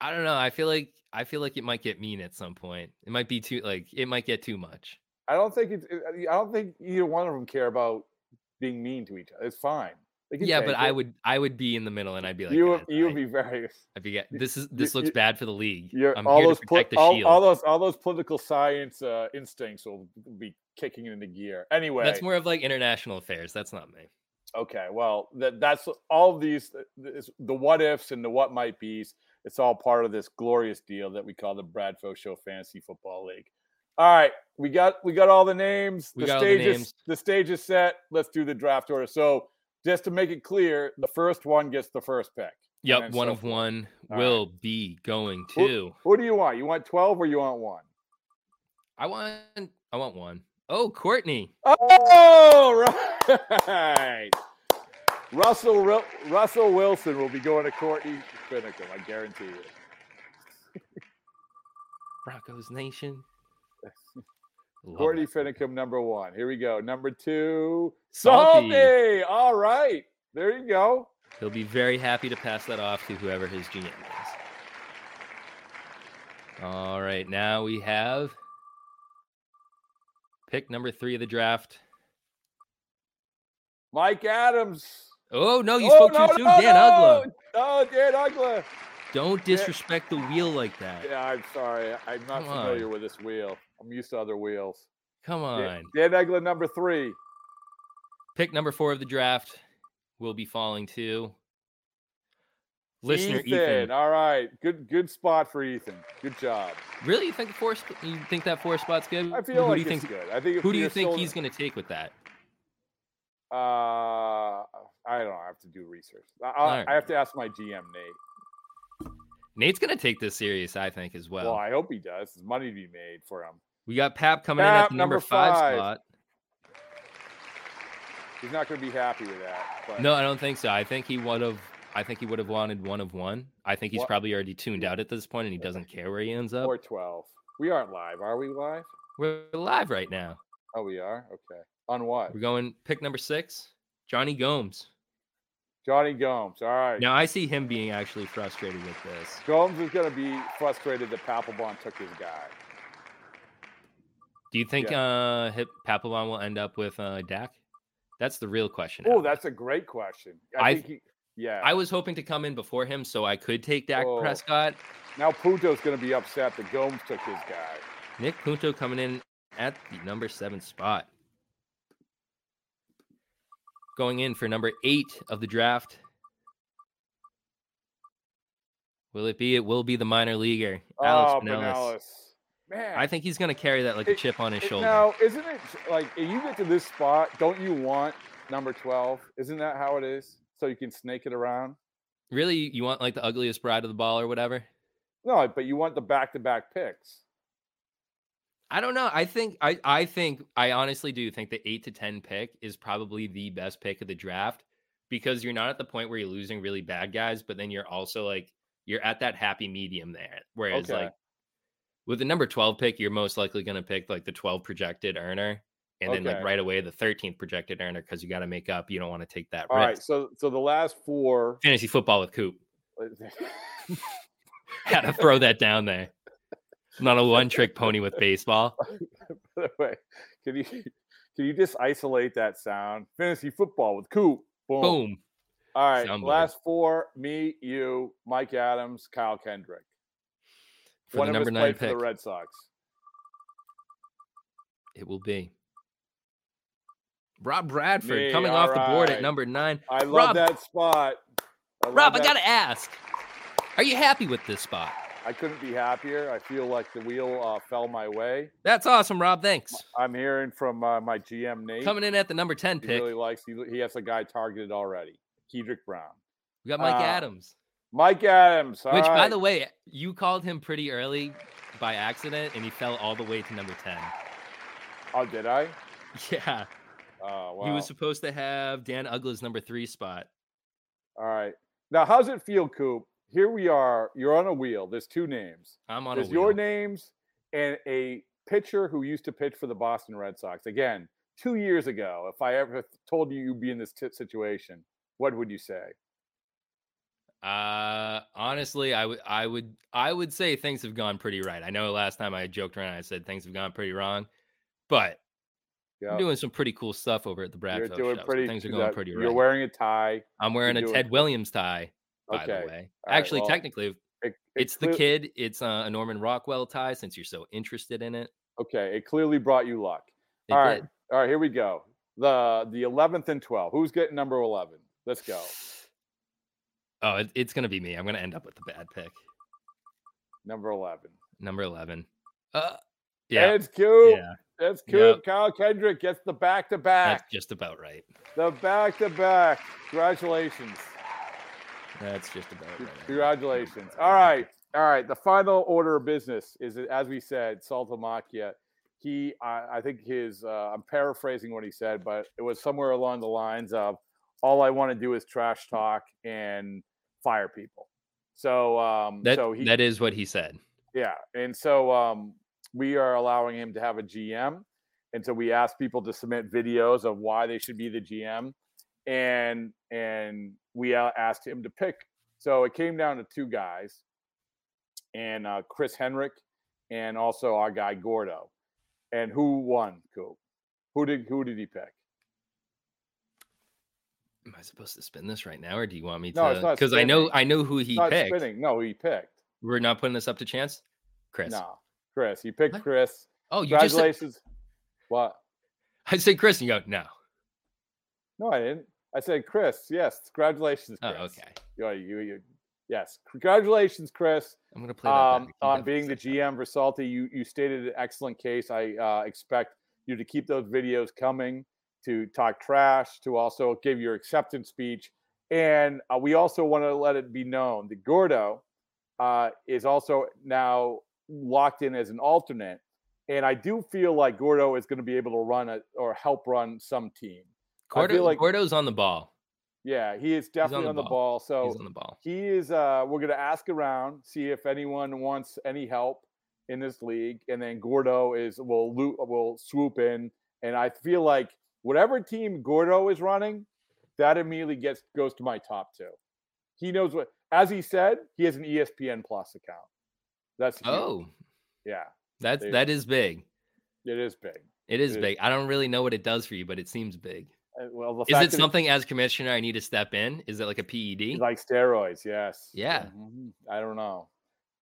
Speaker 2: I don't know. I feel like I feel like it might get mean at some point. It might be too like it might get too much.
Speaker 1: I don't think it's. uh, I don't think either one of them care about being mean to each other. It's fine. They can
Speaker 2: Yeah, but
Speaker 1: take
Speaker 2: I
Speaker 1: it.
Speaker 2: would I would be in the middle and I'd be like,
Speaker 1: you
Speaker 2: "Guys,
Speaker 1: would- you
Speaker 2: I-
Speaker 1: would be very.
Speaker 2: I forget.
Speaker 1: you-
Speaker 2: This is this
Speaker 1: you-
Speaker 2: looks bad for the league.
Speaker 1: You're,
Speaker 2: I'm
Speaker 1: all
Speaker 2: here
Speaker 1: those
Speaker 2: to
Speaker 1: pol-
Speaker 2: protect the
Speaker 1: all,
Speaker 2: shield.
Speaker 1: all those all those political science uh, instincts will be kicking into gear. Anyway,
Speaker 2: That's more of like international affairs. That's not me.
Speaker 1: Okay, well, that that's all of these th- th- is the what ifs and the what might be's. It's all part of this glorious deal that we call the Bradfo Show Fantasy Football League. All right, we got we got all the names.
Speaker 2: We
Speaker 1: the
Speaker 2: got all the
Speaker 1: stage is
Speaker 2: names.
Speaker 1: the stage is set. Let's do the draft order. So just to make it clear, the first one gets the first pick. and
Speaker 2: Yep,
Speaker 1: then
Speaker 2: one
Speaker 1: so
Speaker 2: of
Speaker 1: forth.
Speaker 2: one
Speaker 1: All right.
Speaker 2: will be going
Speaker 1: Who-
Speaker 2: to.
Speaker 1: Who do you want? You want twelve or you want one?
Speaker 2: I want I want one. Oh, Courtney.
Speaker 1: Oh, right. Russell Wil- Russell Wilson will be going to Courtney Finnegan. I guarantee you.
Speaker 2: Broncos Nation. Love
Speaker 1: Courtney
Speaker 2: that movie.
Speaker 1: Finnicum, number one. Here we go. Number two,
Speaker 2: Salty.
Speaker 1: Salty. All right. There you go.
Speaker 2: He'll be very happy to pass that off to whoever his GM is. All right, now we have pick number three of the draft.
Speaker 1: Mike Adams.
Speaker 2: Oh no, you
Speaker 1: Oh,
Speaker 2: spoke
Speaker 1: no,
Speaker 2: too soon,
Speaker 1: no,
Speaker 2: Dan
Speaker 1: no.
Speaker 2: Ugla.
Speaker 1: Oh, Dan Ugla.
Speaker 2: Don't disrespect the wheel like that.
Speaker 1: Yeah, I'm sorry. I'm not
Speaker 2: Come
Speaker 1: familiar with this wheel. I'm used to other wheels.
Speaker 2: Come on.
Speaker 1: Dan, Dan Ugla, number three.
Speaker 2: Pick number four of the draft will be falling to listener Ethan.
Speaker 1: All right. Good good spot for Ethan. Good job.
Speaker 2: Really, you think the four? sp- You think that four spot's good?
Speaker 1: I
Speaker 2: Who-
Speaker 1: feel
Speaker 2: who
Speaker 1: like
Speaker 2: do you
Speaker 1: it's
Speaker 2: think?
Speaker 1: good. I think if
Speaker 2: Who do
Speaker 1: you're
Speaker 2: you think
Speaker 1: still-
Speaker 2: he's going to take with that?
Speaker 1: Uh, I don't know. I have to do research. I,
Speaker 2: All
Speaker 1: I,
Speaker 2: right.
Speaker 1: I have to ask my GM, Nate.
Speaker 2: Nate's going to take this serious, I think, as well.
Speaker 1: Well, I hope he does. There's money to be made for him.
Speaker 2: we got Pap coming in
Speaker 1: Pap,
Speaker 2: at the number,
Speaker 1: number
Speaker 2: five,
Speaker 1: five.
Speaker 2: spot.
Speaker 1: He's not going to be happy with that. But
Speaker 2: No, I don't think so. I think he would have. I think he would have wanted one of one. I think he's
Speaker 1: What-
Speaker 2: probably already tuned out at this point, and he doesn't care where he ends up.
Speaker 1: or twelve. We aren't live, are we? Live?
Speaker 2: We're live right now.
Speaker 1: Oh, we are. Okay. On what?
Speaker 2: We're going pick number six, Johnny Gomes.
Speaker 1: Johnny Gomes. All right.
Speaker 2: Now I see him being actually frustrated with this.
Speaker 1: Gomes is going to be frustrated that Papelbon took his guy.
Speaker 2: Do you think uh Hip Papillon will end up with uh Dak? That's the real question.
Speaker 1: Oh,
Speaker 2: out
Speaker 1: that's a great question. I,
Speaker 2: I-
Speaker 1: think he, yeah.
Speaker 2: there. I was hoping to come in before him so I could take Dak
Speaker 1: Oh.
Speaker 2: Prescott.
Speaker 1: now Pujo's going to be upset that Gomes took his guy.
Speaker 2: Nick Punto coming in at the number seven spot. Going in for number eight of the draft. Will it be? It will be the minor leaguer, Alex
Speaker 1: oh,
Speaker 2: Pinellas.
Speaker 1: Pinellas. man.
Speaker 2: I think he's gonna carry that like a
Speaker 1: It-
Speaker 2: chip on his
Speaker 1: it-
Speaker 2: shoulder.
Speaker 1: Now, isn't it like if you get to this spot, don't you want number twelve? Isn't that how it is? So you can snake it around.
Speaker 2: Really, you want like the ugliest bride of the ball or whatever?
Speaker 1: No, but you want the back-to-back picks.
Speaker 2: I don't know. I think I I think I honestly do think the eight to ten pick is probably the best pick of the draft because you're not at the point where you're losing really bad guys, but then you're also like you're at that happy medium there. Whereas
Speaker 1: Okay.
Speaker 2: like with the number twelve pick, you're most likely going to pick like the twelve projected earner, and then
Speaker 1: Okay.
Speaker 2: like right away the thirteenth projected earner because you got to make up. You don't want to take that
Speaker 1: All
Speaker 2: risk.
Speaker 1: right, so so the last four. uh,
Speaker 2: Fantasy football with Coop. Had to throw that down there. Not a one trick pony with baseball.
Speaker 1: By the way, can you can you just isolate that sound? Fantasy football with Coop. Boom.
Speaker 2: Boom.
Speaker 1: All right.
Speaker 2: Sound bite.
Speaker 1: last four. Me, you, Mike Adams, Kyle Kendrick.
Speaker 2: For
Speaker 1: One
Speaker 2: the
Speaker 1: of
Speaker 2: number
Speaker 1: us
Speaker 2: nine
Speaker 1: played
Speaker 2: pick.
Speaker 1: for the Red Sox.
Speaker 2: It will be Rob Bradford
Speaker 1: Me,
Speaker 2: coming off the board at
Speaker 1: alright.
Speaker 2: number nine.
Speaker 1: I love
Speaker 2: Rob-
Speaker 1: that spot. I love
Speaker 2: Rob, I
Speaker 1: that-
Speaker 2: gotta ask, are you happy with this spot?
Speaker 1: I couldn't be happier. I feel like the wheel uh, fell my way.
Speaker 2: That's awesome, Rob. Thanks.
Speaker 1: I'm hearing from uh, my GM Nate.
Speaker 2: Coming in at the number ten
Speaker 1: he
Speaker 2: pick,
Speaker 1: really likes. He, he has a guy targeted already. Kedrick Brown,
Speaker 2: we got Mike
Speaker 1: uh,
Speaker 2: Adams,
Speaker 1: Mike Adams.
Speaker 2: which, by the way, you called him pretty early by accident, and he fell all the way to number ten.
Speaker 1: oh, did I?
Speaker 2: Yeah,
Speaker 1: Oh, wow.
Speaker 2: he was supposed to have Dan Ugla's number three spot.
Speaker 1: All right. Now, how's it feel, Coop? Here we are. You're on a wheel. There's two names.
Speaker 2: I'm on
Speaker 1: There's
Speaker 2: a wheel.
Speaker 1: your names and a pitcher who used to pitch for the Boston Red Sox. Again, two years ago, if I ever told you you'd be in this t- situation, what would you say?
Speaker 2: Uh, honestly, I would, I would, I would say things have gone pretty right. I know last time I joked around, I said things have gone pretty wrong, but
Speaker 1: Yeah,
Speaker 2: I'm doing some pretty cool stuff over at the Brad.
Speaker 1: you're doing pretty.
Speaker 2: things are
Speaker 1: good.
Speaker 2: going pretty
Speaker 1: you're
Speaker 2: right.
Speaker 1: wearing a tie.
Speaker 2: I'm wearing a
Speaker 1: doing-
Speaker 2: Ted Williams tie, by
Speaker 1: Okay.
Speaker 2: the way.
Speaker 1: All right,
Speaker 2: Actually,
Speaker 1: well,
Speaker 2: technically,
Speaker 1: It- it
Speaker 2: it's the
Speaker 1: clear-
Speaker 2: kid. It's uh, a Norman Rockwell tie. Since you're so interested in it,
Speaker 1: Okay, it clearly brought you luck.
Speaker 2: it
Speaker 1: All right,
Speaker 2: did.
Speaker 1: all right. Here we go. The the 11th and 12. Who's getting number 11? Let's go.
Speaker 2: Oh, it, it's gonna be me. I'm gonna end up with the bad pick,
Speaker 1: Number 11.
Speaker 2: number eleven. Uh, yeah,
Speaker 1: it's Coop.
Speaker 2: yeah,
Speaker 1: That's
Speaker 2: Yeah.
Speaker 1: Coop. Kyle Kendrick gets the back to
Speaker 2: that's
Speaker 1: back.
Speaker 2: just about right.
Speaker 1: The back to back. Congratulations.
Speaker 2: That's just about right. I think.
Speaker 1: Congratulations. All right. All right. The final order of business is, that, as we said, Saltamacchia. He, I, I think his, uh, I'm paraphrasing what he said, but it was somewhere along the lines of, all I want to do is trash talk and fire people. So, um,
Speaker 2: That,
Speaker 1: so he,
Speaker 2: that is what he said.
Speaker 1: Yeah, and so um, we are allowing him to have a GM, and so we ask people to submit videos of why they should be the GM, and and we a- asked him to pick. So it came down to two guys, and uh, Chris Henrik, and also our guy Gordo, and who won? Cool. Who did who did he pick?
Speaker 2: Am I supposed to spin this right now, or do you want me
Speaker 1: No, it's
Speaker 2: to?
Speaker 1: not
Speaker 2: Because I know
Speaker 1: spinning.
Speaker 2: I know who he
Speaker 1: Not
Speaker 2: picked.
Speaker 1: spinning. No, he picked.
Speaker 2: We're not putting this up to chance, Chris.
Speaker 1: No, Chris. He picked
Speaker 2: What?
Speaker 1: Chris.
Speaker 2: Oh, you just said,
Speaker 1: Congratulations. What?
Speaker 2: I said Chris, and you go no.
Speaker 1: No, I didn't. I said Chris. Yes, congratulations.
Speaker 2: Oh,
Speaker 1: Chris.
Speaker 2: okay.
Speaker 1: you, you, you, yes. Congratulations, Chris,
Speaker 2: I'm gonna play that
Speaker 1: um,
Speaker 2: back. You
Speaker 1: on
Speaker 2: definitely
Speaker 1: being the
Speaker 2: said that.
Speaker 1: GM for Salty. You you stated an excellent case. I uh, expect you to keep those videos coming to talk trash, to also give your acceptance speech, and uh, we also want to let it be known that Gordo uh, is also now locked in as an alternate, and I do feel like Gordo is going to be able to run a, or help run some team.
Speaker 2: Gordo,
Speaker 1: like-
Speaker 2: Gordo's on the ball.
Speaker 1: Yeah, he is definitely
Speaker 2: the
Speaker 1: on the ball.
Speaker 2: ball.
Speaker 1: so
Speaker 2: He's on the ball.
Speaker 1: he is uh we're gonna ask around see if anyone wants any help in this league and then gordo is will loo- will swoop in and i feel like whatever team gordo is running that immediately gets goes to my top two he knows what as he said he has an E espn plus account that's huge.
Speaker 2: Oh,
Speaker 1: yeah
Speaker 2: that's
Speaker 1: There-
Speaker 2: that is big.
Speaker 1: it is big
Speaker 2: It is
Speaker 1: It is.
Speaker 2: big. I don't really know what it does for you, but it seems big.
Speaker 1: Uh, well the
Speaker 2: Is
Speaker 1: fact
Speaker 2: it
Speaker 1: that
Speaker 2: something as commissioner I need to step in? Is it like a E PED?
Speaker 1: like steroids yes
Speaker 2: Yeah.
Speaker 1: Mhm. i don't know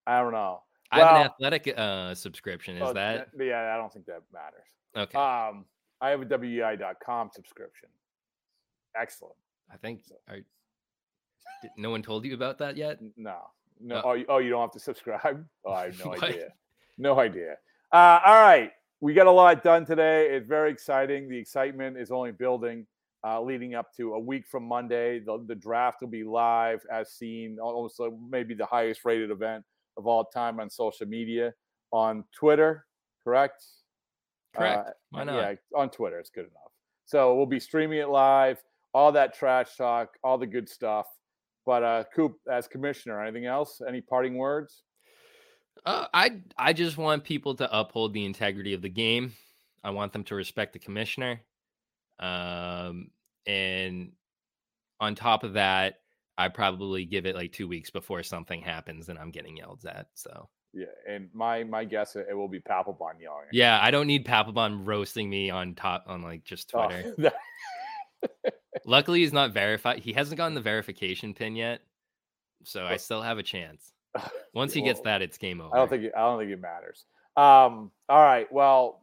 Speaker 1: i don't know
Speaker 2: I have
Speaker 1: well-
Speaker 2: an athletic uh, subscription. Is
Speaker 1: Oh,
Speaker 2: that
Speaker 1: yeah i don't think that matters
Speaker 2: okay?
Speaker 1: Um, I have a WEI.com subscription. Excellent.
Speaker 2: I think. Are, did, no one told you about that yet.
Speaker 1: N- No, no.
Speaker 2: Uh,
Speaker 1: oh, you, oh, you don't have to subscribe. Oh, I have no
Speaker 2: What?
Speaker 1: idea. No idea. Uh, all right. We got a lot done today. It's very exciting. The excitement is only building uh, leading up to a week from Monday. The, the draft will be live as seen, almost like maybe the highest rated event of all time on social media on Twitter, correct? Uh,
Speaker 2: Correct. Why not?
Speaker 1: Yeah, on Twitter. It's good enough. So we'll be streaming it live, all that trash talk, all the good stuff. But uh, Coop, as commissioner, anything else? Any parting words?
Speaker 2: Uh, I I just want people to uphold the integrity of the game. I want them to respect the commissioner. Um, and on top of that, I probably give it like two weeks before something happens and I'm getting yelled at. So
Speaker 1: Yeah, and my my guess it will be Papelbon yelling. at you.
Speaker 2: yeah, I don't need Papelbon roasting me on top on like just
Speaker 1: Oh,
Speaker 2: Twitter.
Speaker 1: that-
Speaker 2: Luckily, he's not verified. He hasn't gotten the verification pin yet, so I still have a chance. Once he gets
Speaker 1: Well,
Speaker 2: that, it's game over.
Speaker 1: I don't think it, I don't think it matters. Um, all right. Well,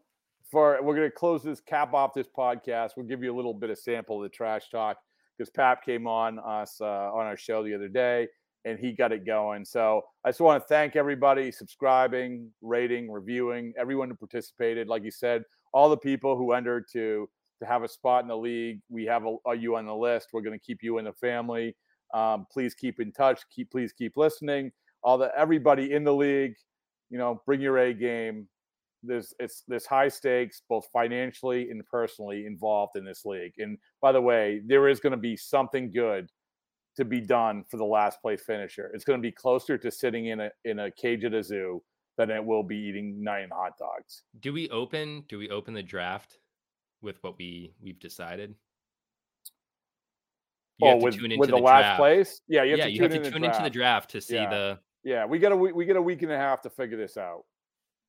Speaker 1: for we're gonna close this cap off this podcast. We'll give you a little bit of sample of the trash talk because Pap came on us uh, on our show the other day and he got it going. So I just want to thank everybody subscribing, rating, reviewing, everyone who participated. Like you said, all the people who entered to to have a spot in the league. We have a, a, you on the list. We're gonna keep you in the family. Um, please keep in touch. Keep please keep listening all the everybody in the league, you know, bring your A game. There's it's there's high stakes both financially and personally involved in this league. And by the way, there is going to be something good to be done for the last place finisher. It's going to be closer to sitting in a in a cage at a zoo than it will be eating nine hot dogs.
Speaker 2: Do we open? Do we open the draft with what we we've decided? You have to
Speaker 1: with,
Speaker 2: tune into
Speaker 1: with the,
Speaker 2: the
Speaker 1: last
Speaker 2: draft.
Speaker 1: place, yeah, you have
Speaker 2: yeah,
Speaker 1: to
Speaker 2: you
Speaker 1: tune,
Speaker 2: have to
Speaker 1: in
Speaker 2: tune into the
Speaker 1: draft.
Speaker 2: draft to see
Speaker 1: Yeah.
Speaker 2: the.
Speaker 1: Yeah, we got a we, we get a week and a half to figure this out.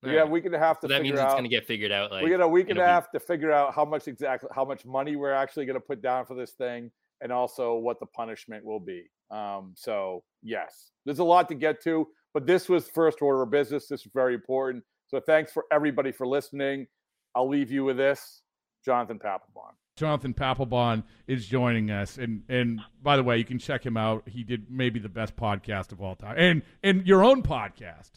Speaker 1: We got a
Speaker 2: Alright.
Speaker 1: week and a half to
Speaker 2: So that
Speaker 1: figure
Speaker 2: means
Speaker 1: out.
Speaker 2: it's going to get figured out. Like
Speaker 1: we got a week
Speaker 2: in
Speaker 1: and
Speaker 2: a
Speaker 1: a
Speaker 2: week.
Speaker 1: half to figure out how much exactly how much money we're actually going to put down for this thing and also what the punishment will be um so yes there's a lot to get to but this was first order of business this is very important so thanks for everybody for listening i'll leave you with this jonathan papelbon
Speaker 3: Jonathan Papelbon is joining us, and and by the way, you can check him out. He did maybe the best podcast of all time, and and your own podcast.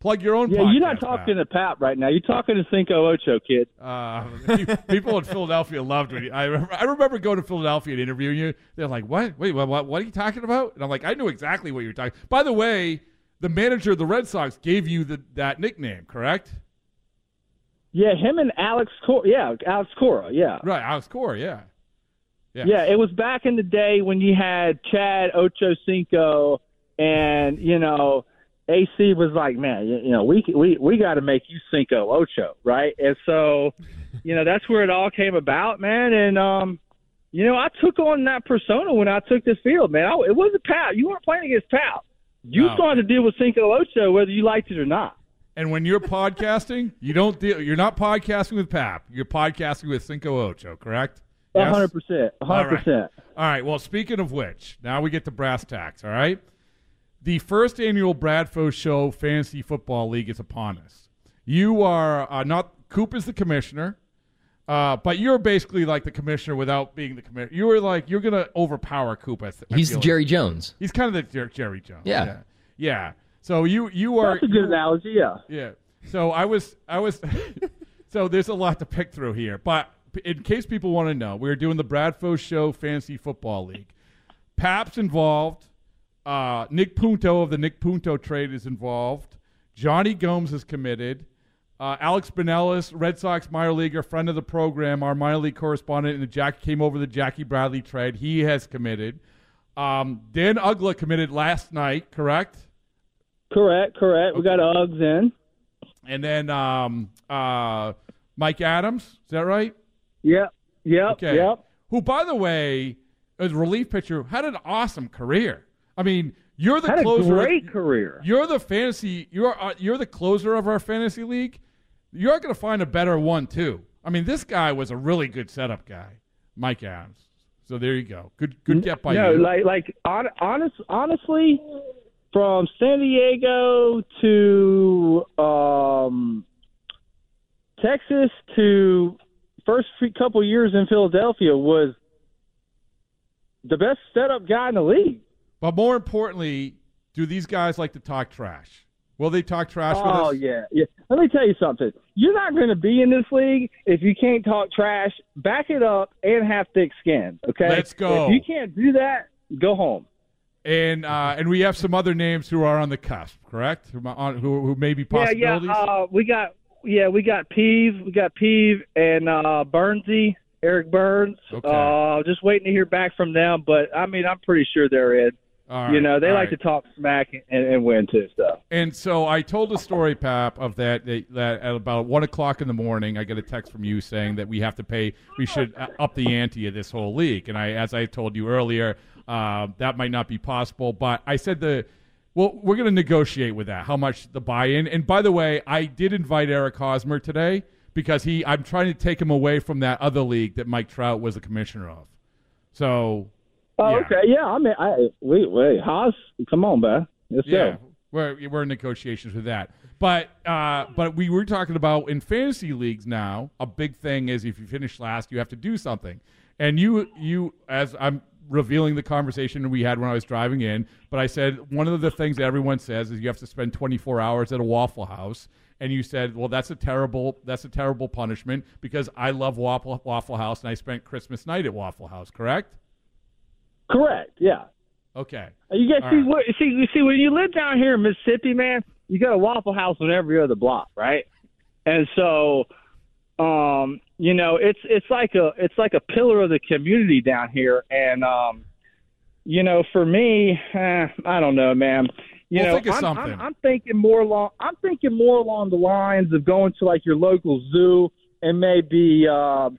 Speaker 3: Plug your own.
Speaker 4: Yeah,
Speaker 3: podcast,
Speaker 4: you're not talking
Speaker 3: Pat.
Speaker 4: to Pap right now. You're talking to Cinco Ocho, kid.
Speaker 3: Uh, pe- people in Philadelphia loved when you, I, rem- I remember going to Philadelphia and interviewing you. They're like, "What? Wait, what, what? What are you talking about?" And I'm like, "I knew exactly what you were talking." By the way, the manager of the Red Sox gave you the, that nickname, correct?
Speaker 4: Yeah, him and Alex Cora. Yeah, Alex Cora. Yeah.
Speaker 3: Right, Alex Cora. Yeah, yeah,
Speaker 4: Yeah, it was back in the day when you had Chad Ocho Cinco, and you know, AC was like, man, you, you know, we we we got to make you Cinco Ocho, right? And so, you know, that's where it all came about, man. And um, you know, I took on that persona when I took this field, man. I, it wasn't Pal. You weren't playing against Pal. You
Speaker 3: No.
Speaker 4: started to deal with Cinco Ocho, whether you liked it or not.
Speaker 3: And when you're podcasting, you don't deal. You're not podcasting with Pap. You're podcasting with Cinco Ocho, correct?
Speaker 4: A
Speaker 3: Yes?
Speaker 4: hundred percent, a
Speaker 3: All
Speaker 4: hundred
Speaker 3: right.
Speaker 4: percent.
Speaker 3: All right. Well, speaking of which, now we get to brass tacks. All right. The first annual Bradfo Show Fantasy Football League is upon us. You are uh, not Coop is the commissioner, uh, but you're basically like the commissioner without being the commissioner. You are like you're gonna overpower Coop. I, th- I
Speaker 2: he's
Speaker 3: feel like.
Speaker 2: Jerry Jones.
Speaker 3: He's kind of the Jer- Jerry Jones.
Speaker 2: Yeah.
Speaker 3: yeah. Yeah. So you you are
Speaker 4: That's a good
Speaker 3: you-
Speaker 4: analogy. Yeah.
Speaker 3: yeah. So I was, I was, so there's a lot to pick through here. But in case people want to know, we are doing the Bradfo Show Fantasy Football League. Paps involved. Uh, Nick Punto of the Nick Punto trade is involved. Johnny Gomes is committed. Uh, Alex Benellis, Red Sox minor leaguer, friend of the program, our minor league correspondent, and the Jack came over the Jackie Bradley trade. He has committed. Um, Dan Ugla committed last night, correct?
Speaker 4: Correct, correct. We got Uggs in.
Speaker 3: and then um, uh, Mike Adams. Is that right?
Speaker 4: Yep, yep,
Speaker 3: Okay.
Speaker 4: yep.
Speaker 3: Who, by the way, as a relief pitcher, had an awesome career. I mean, you're the
Speaker 4: Had a
Speaker 3: closer.
Speaker 4: great career.
Speaker 3: You're the fantasy. You're uh, you're the closer of our fantasy league. You're not going to find a better one too. I mean, this guy was a really good setup guy, Mike Adams. So there you go. Good good get by
Speaker 4: no,
Speaker 3: you.
Speaker 4: like like on, honest, honestly, from San Diego to um, Texas to first few couple years in Philadelphia was the best setup guy in the league.
Speaker 3: But more importantly, do these guys like to talk trash?
Speaker 1: Will they talk trash with us?
Speaker 4: Oh yeah, yeah. Let me tell you something. You're not going to be in this league if you can't talk trash, back it up, and have thick skin. Okay,
Speaker 1: Let's go.
Speaker 4: If you can't do that, go home.
Speaker 1: And uh, and we have some other names who are on the cusp, correct? Who, mi- on, who, who may be
Speaker 4: Yeah,
Speaker 1: possibilities.
Speaker 4: yeah. Uh, we got yeah, we got Peeve, we got Peeve and uh, Burnsy, Eric Burns.
Speaker 1: Okay.
Speaker 4: Uh, just waiting to hear back from them, but I mean, I'm pretty sure they're in.
Speaker 1: All
Speaker 4: you
Speaker 1: right,
Speaker 4: know, they
Speaker 1: all
Speaker 4: like
Speaker 1: right.
Speaker 4: to talk smack and, and win too. So
Speaker 1: And so I told a story, Pap, of that, that that at about one o'clock in the morning, I get a text from you saying that we have to pay, we should uh, up the ante of this whole league. And I, as I told you earlier, uh, that might not be possible. But I said the, well, we're going to negotiate with that. How much the buy-in? And by the way, I did invite Eric Hosmer today because he, I'm trying to take him away from that other league that Mike Trout was the commissioner of. So,
Speaker 4: Oh,
Speaker 1: Yeah.
Speaker 4: okay. Yeah, I mean, I wait, wait, Haas, come on, man. Let's
Speaker 1: Yeah,
Speaker 4: go.
Speaker 1: we're we're in negotiations with that. But uh, but we were talking about in fantasy leagues now. A big thing is if you finish last, you have to do something. And you you as I'm revealing the conversation we had when I was driving in. But I said one of the things that everyone says is you have to spend 24 hours at a Waffle House. And you said, well, that's a terrible that's a terrible punishment because I love Waffle Waffle House and I spent Christmas night at Waffle House. Correct?
Speaker 4: Correct. Yeah.
Speaker 1: Okay.
Speaker 4: You guys
Speaker 1: All
Speaker 4: see
Speaker 1: right.
Speaker 4: what see you see when you live down here in Mississippi, man, you got a Waffle House on every other block, right? And so, um, you know, it's it's like a it's like a pillar of the community down here, and um, you know, for me, eh, I don't know, man. You
Speaker 1: Well,
Speaker 4: know,
Speaker 1: think of
Speaker 4: I'm,
Speaker 1: something.
Speaker 4: I'm, I'm thinking more along I'm thinking more along the lines of going to like your local zoo and maybe. Uh,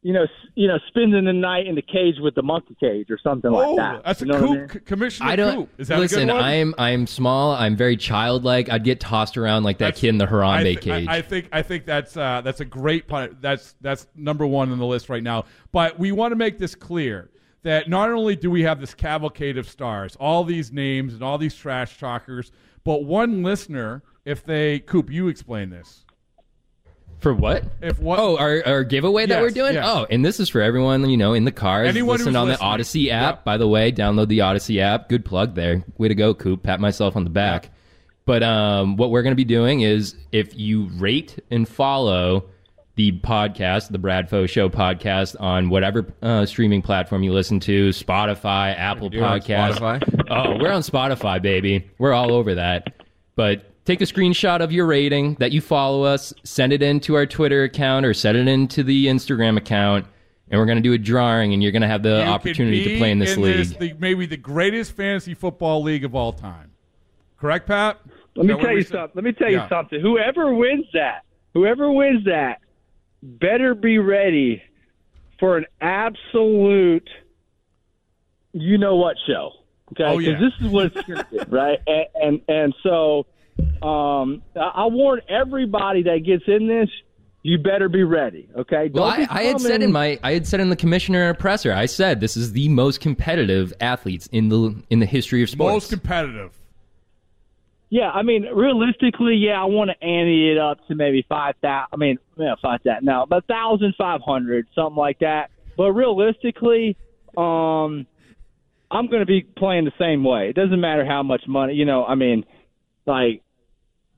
Speaker 4: you know, s- you know, spending the night in the cage with the monkey cage or something
Speaker 1: Oh,
Speaker 4: like that.
Speaker 1: that's a
Speaker 4: You know what I
Speaker 1: coup,
Speaker 4: mean?
Speaker 1: C- Commissioner
Speaker 2: I don't
Speaker 1: coup. Is that a
Speaker 2: listen.
Speaker 1: good one?
Speaker 2: I'm I'm small. I'm very childlike. I'd get tossed around like that
Speaker 1: That's-
Speaker 2: kid in the Harambe
Speaker 1: I thi-
Speaker 2: cage.
Speaker 1: I, I think I think that's uh, that's a great pun. That's that's number one on the list right now. But we want to make this clear that not only do we have this cavalcade of stars, all these names and all these trash talkers, but one listener, if they Coop, you explain this.
Speaker 2: for what?
Speaker 1: If what
Speaker 2: Oh, our, our giveaway
Speaker 1: Yes,
Speaker 2: that we're doing.
Speaker 1: yes.
Speaker 2: Oh, and this is for everyone you know in the cars.
Speaker 1: Anyone
Speaker 2: listen
Speaker 1: who's
Speaker 2: on the
Speaker 1: listening.
Speaker 2: Odyssey app.
Speaker 1: Yep.
Speaker 2: By the way, download the Odyssey app. Good plug there. Way to go, Coop. Pat myself on the back. But um, what we're going to be doing is if you rate and follow the podcast, the Brad Faux Show podcast, on whatever uh, streaming platform you listen to, Spotify, Apple
Speaker 5: You're on
Speaker 2: Podcasts.
Speaker 5: Spotify?
Speaker 2: Oh, we're on Spotify, baby. We're all over that. But take a screenshot of your rating that you follow us, send it into our Twitter account or send it into the Instagram account, and we're going to do a drawing, and you're going to have Oh, the
Speaker 1: you could
Speaker 2: opportunity to
Speaker 1: be
Speaker 2: play in this
Speaker 1: in
Speaker 2: league.
Speaker 1: the- maybe the greatest fantasy football league of all time. Correct, Pat?
Speaker 4: Let me
Speaker 1: Is that what
Speaker 4: tell
Speaker 1: we
Speaker 4: you
Speaker 1: said?
Speaker 4: something. Let me tell
Speaker 1: Yeah.
Speaker 4: you something. Whoever wins that, whoever wins that, better be ready for an absolute, you know what show. Okay,
Speaker 1: Oh, yeah.
Speaker 4: 'Cause this is what it's going to be, right? And and, and so, um, I I warn everybody that gets in this. You better be ready. Okay.
Speaker 2: Well,
Speaker 4: Don't
Speaker 2: I,
Speaker 4: be
Speaker 2: I had said
Speaker 4: coming-
Speaker 2: in my, I had said in the commissioner and presser, I said this is the most competitive athletes in the in the history of sports.
Speaker 1: most competitive.
Speaker 4: Yeah, I mean, realistically, yeah, I want to ante it up to maybe five thousand. I mean, yeah, five thousand. No, but thousand five hundred, something like that. But realistically, um, I'm going to be playing the same way. It doesn't matter how much money, you know. I mean, like,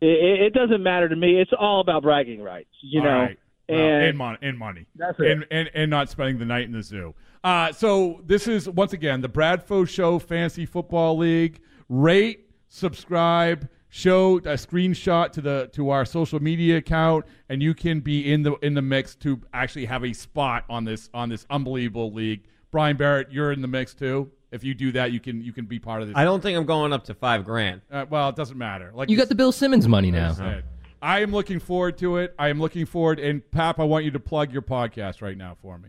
Speaker 4: it- it, it doesn't matter to me. It's all about bragging rights, you
Speaker 1: All
Speaker 4: know.
Speaker 1: right. Well,
Speaker 4: and-
Speaker 1: and, mon- and money.
Speaker 4: That's it.
Speaker 1: And, and, and not spending the night in the zoo. Uh, so this is, once again, the Bradfo Show Fantasy Football League. Rate, subscribe, show a screenshot to the to our social media account, and you can be in the in the mix to actually have a spot on this on this unbelievable league. Brian Barrett, you're in the mix too. If you do that, you can you can be part of this.
Speaker 5: I don't think I'm going up to five grand.
Speaker 1: uh, well, it doesn't matter. Like
Speaker 2: you got the Bill Simmons money now.
Speaker 1: said. I am looking forward to it. I am looking forward. And Pap, I want you to plug your podcast right now for me.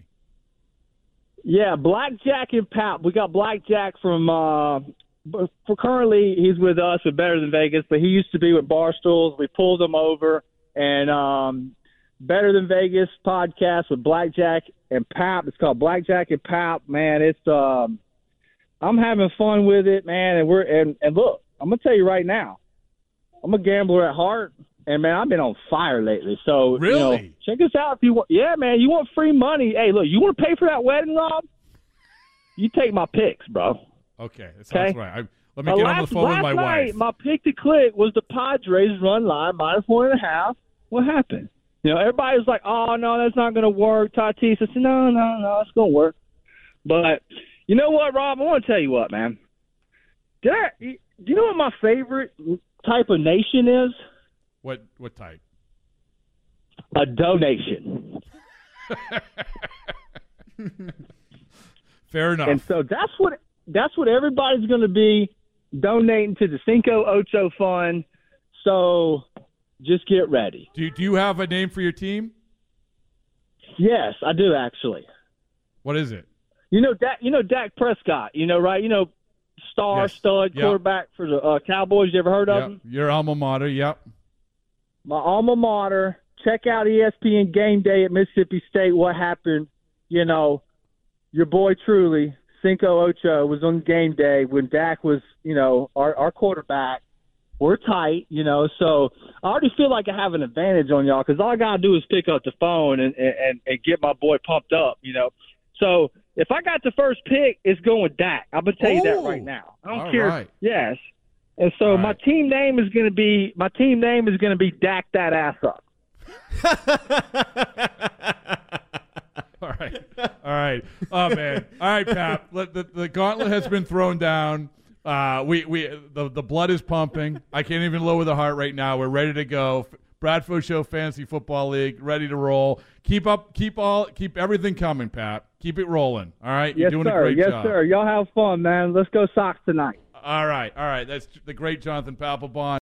Speaker 4: Yeah, Blackjack and Pap. We got Blackjack from. Uh, b- for currently, he's with us with Better Than Vegas, but he used to be with Barstools. We pulled him over, and um, Better Than Vegas podcast with Blackjack and Pap. It's called Blackjack and Pap. Man, it's um, I'm having fun with it, man. And we're and and look, I'm gonna tell you right now, I'm a gambler at heart, and man, I've been on fire lately. So you know,
Speaker 1: Really?
Speaker 4: check us out if you want. Yeah, man, you want free money? Hey, look, you want to pay for that wedding, Rob? You take my picks, bro.
Speaker 1: Okay, that sounds
Speaker 4: Okay.
Speaker 1: right. I, let me
Speaker 4: Uh,
Speaker 1: get
Speaker 4: last,
Speaker 1: on the phone with
Speaker 4: last
Speaker 1: my
Speaker 4: night,
Speaker 1: wife.
Speaker 4: My pick to click was the Padres run line minus one and a half. What happened? You know, everybody was like, "Oh no, that's not going to work." Tatis, I said, "No, no, no, it's going to work." But you know what, Rob? I want to tell you what, man. Did I, do you know what my favorite type of nation is?
Speaker 1: What what type?
Speaker 4: A donation.
Speaker 1: Fair enough.
Speaker 4: And so that's what that's what everybody's going to be donating to the Cinco Ocho Fund. So just get ready.
Speaker 1: do do you have a name for your team?
Speaker 4: Yes, I do actually.
Speaker 1: What is it?
Speaker 4: You know Dak. You know Dak Prescott. You know right. You know star
Speaker 1: Yes.
Speaker 4: stud
Speaker 1: Yeah.
Speaker 4: quarterback for the uh, Cowboys. You ever heard of
Speaker 1: Yep.
Speaker 4: him?
Speaker 1: Your alma mater. Yep.
Speaker 4: My alma mater. Check out E ESPN Game Day at Mississippi State. What happened? You know, your boy truly Cinco Ocho was on game day when Dak was you know our our quarterback. We're tight, you know, so I already feel like I have an advantage on y'all because all I gotta do is pick up the phone and, and and get my boy pumped up, you know. So if I got the first pick, it's going Dak. I'm gonna tell you that
Speaker 1: Oh.
Speaker 4: right now. I don't
Speaker 1: All
Speaker 4: care.
Speaker 1: right.
Speaker 4: Yes. And so
Speaker 1: All
Speaker 4: my
Speaker 1: right.
Speaker 4: team name is gonna be my team name is gonna be Dak that ass up.
Speaker 1: All right. All right. Oh man. All right, Pap. Let, the, the gauntlet has been thrown down. Uh, we we the, the blood is pumping. I can't even lower the heart right now. We're ready to go. Bradford Show Fantasy Football League ready to roll. Keep up. Keep all. Keep everything coming, Pap. Keep it rolling. All right. You're
Speaker 4: Yes,
Speaker 1: doing a
Speaker 4: sir.
Speaker 1: great
Speaker 4: Yes,
Speaker 1: job.
Speaker 4: sir. Y'all have fun, man. Let's go Sox tonight.
Speaker 1: All right. All right. That's the great Jonathan Papelbon.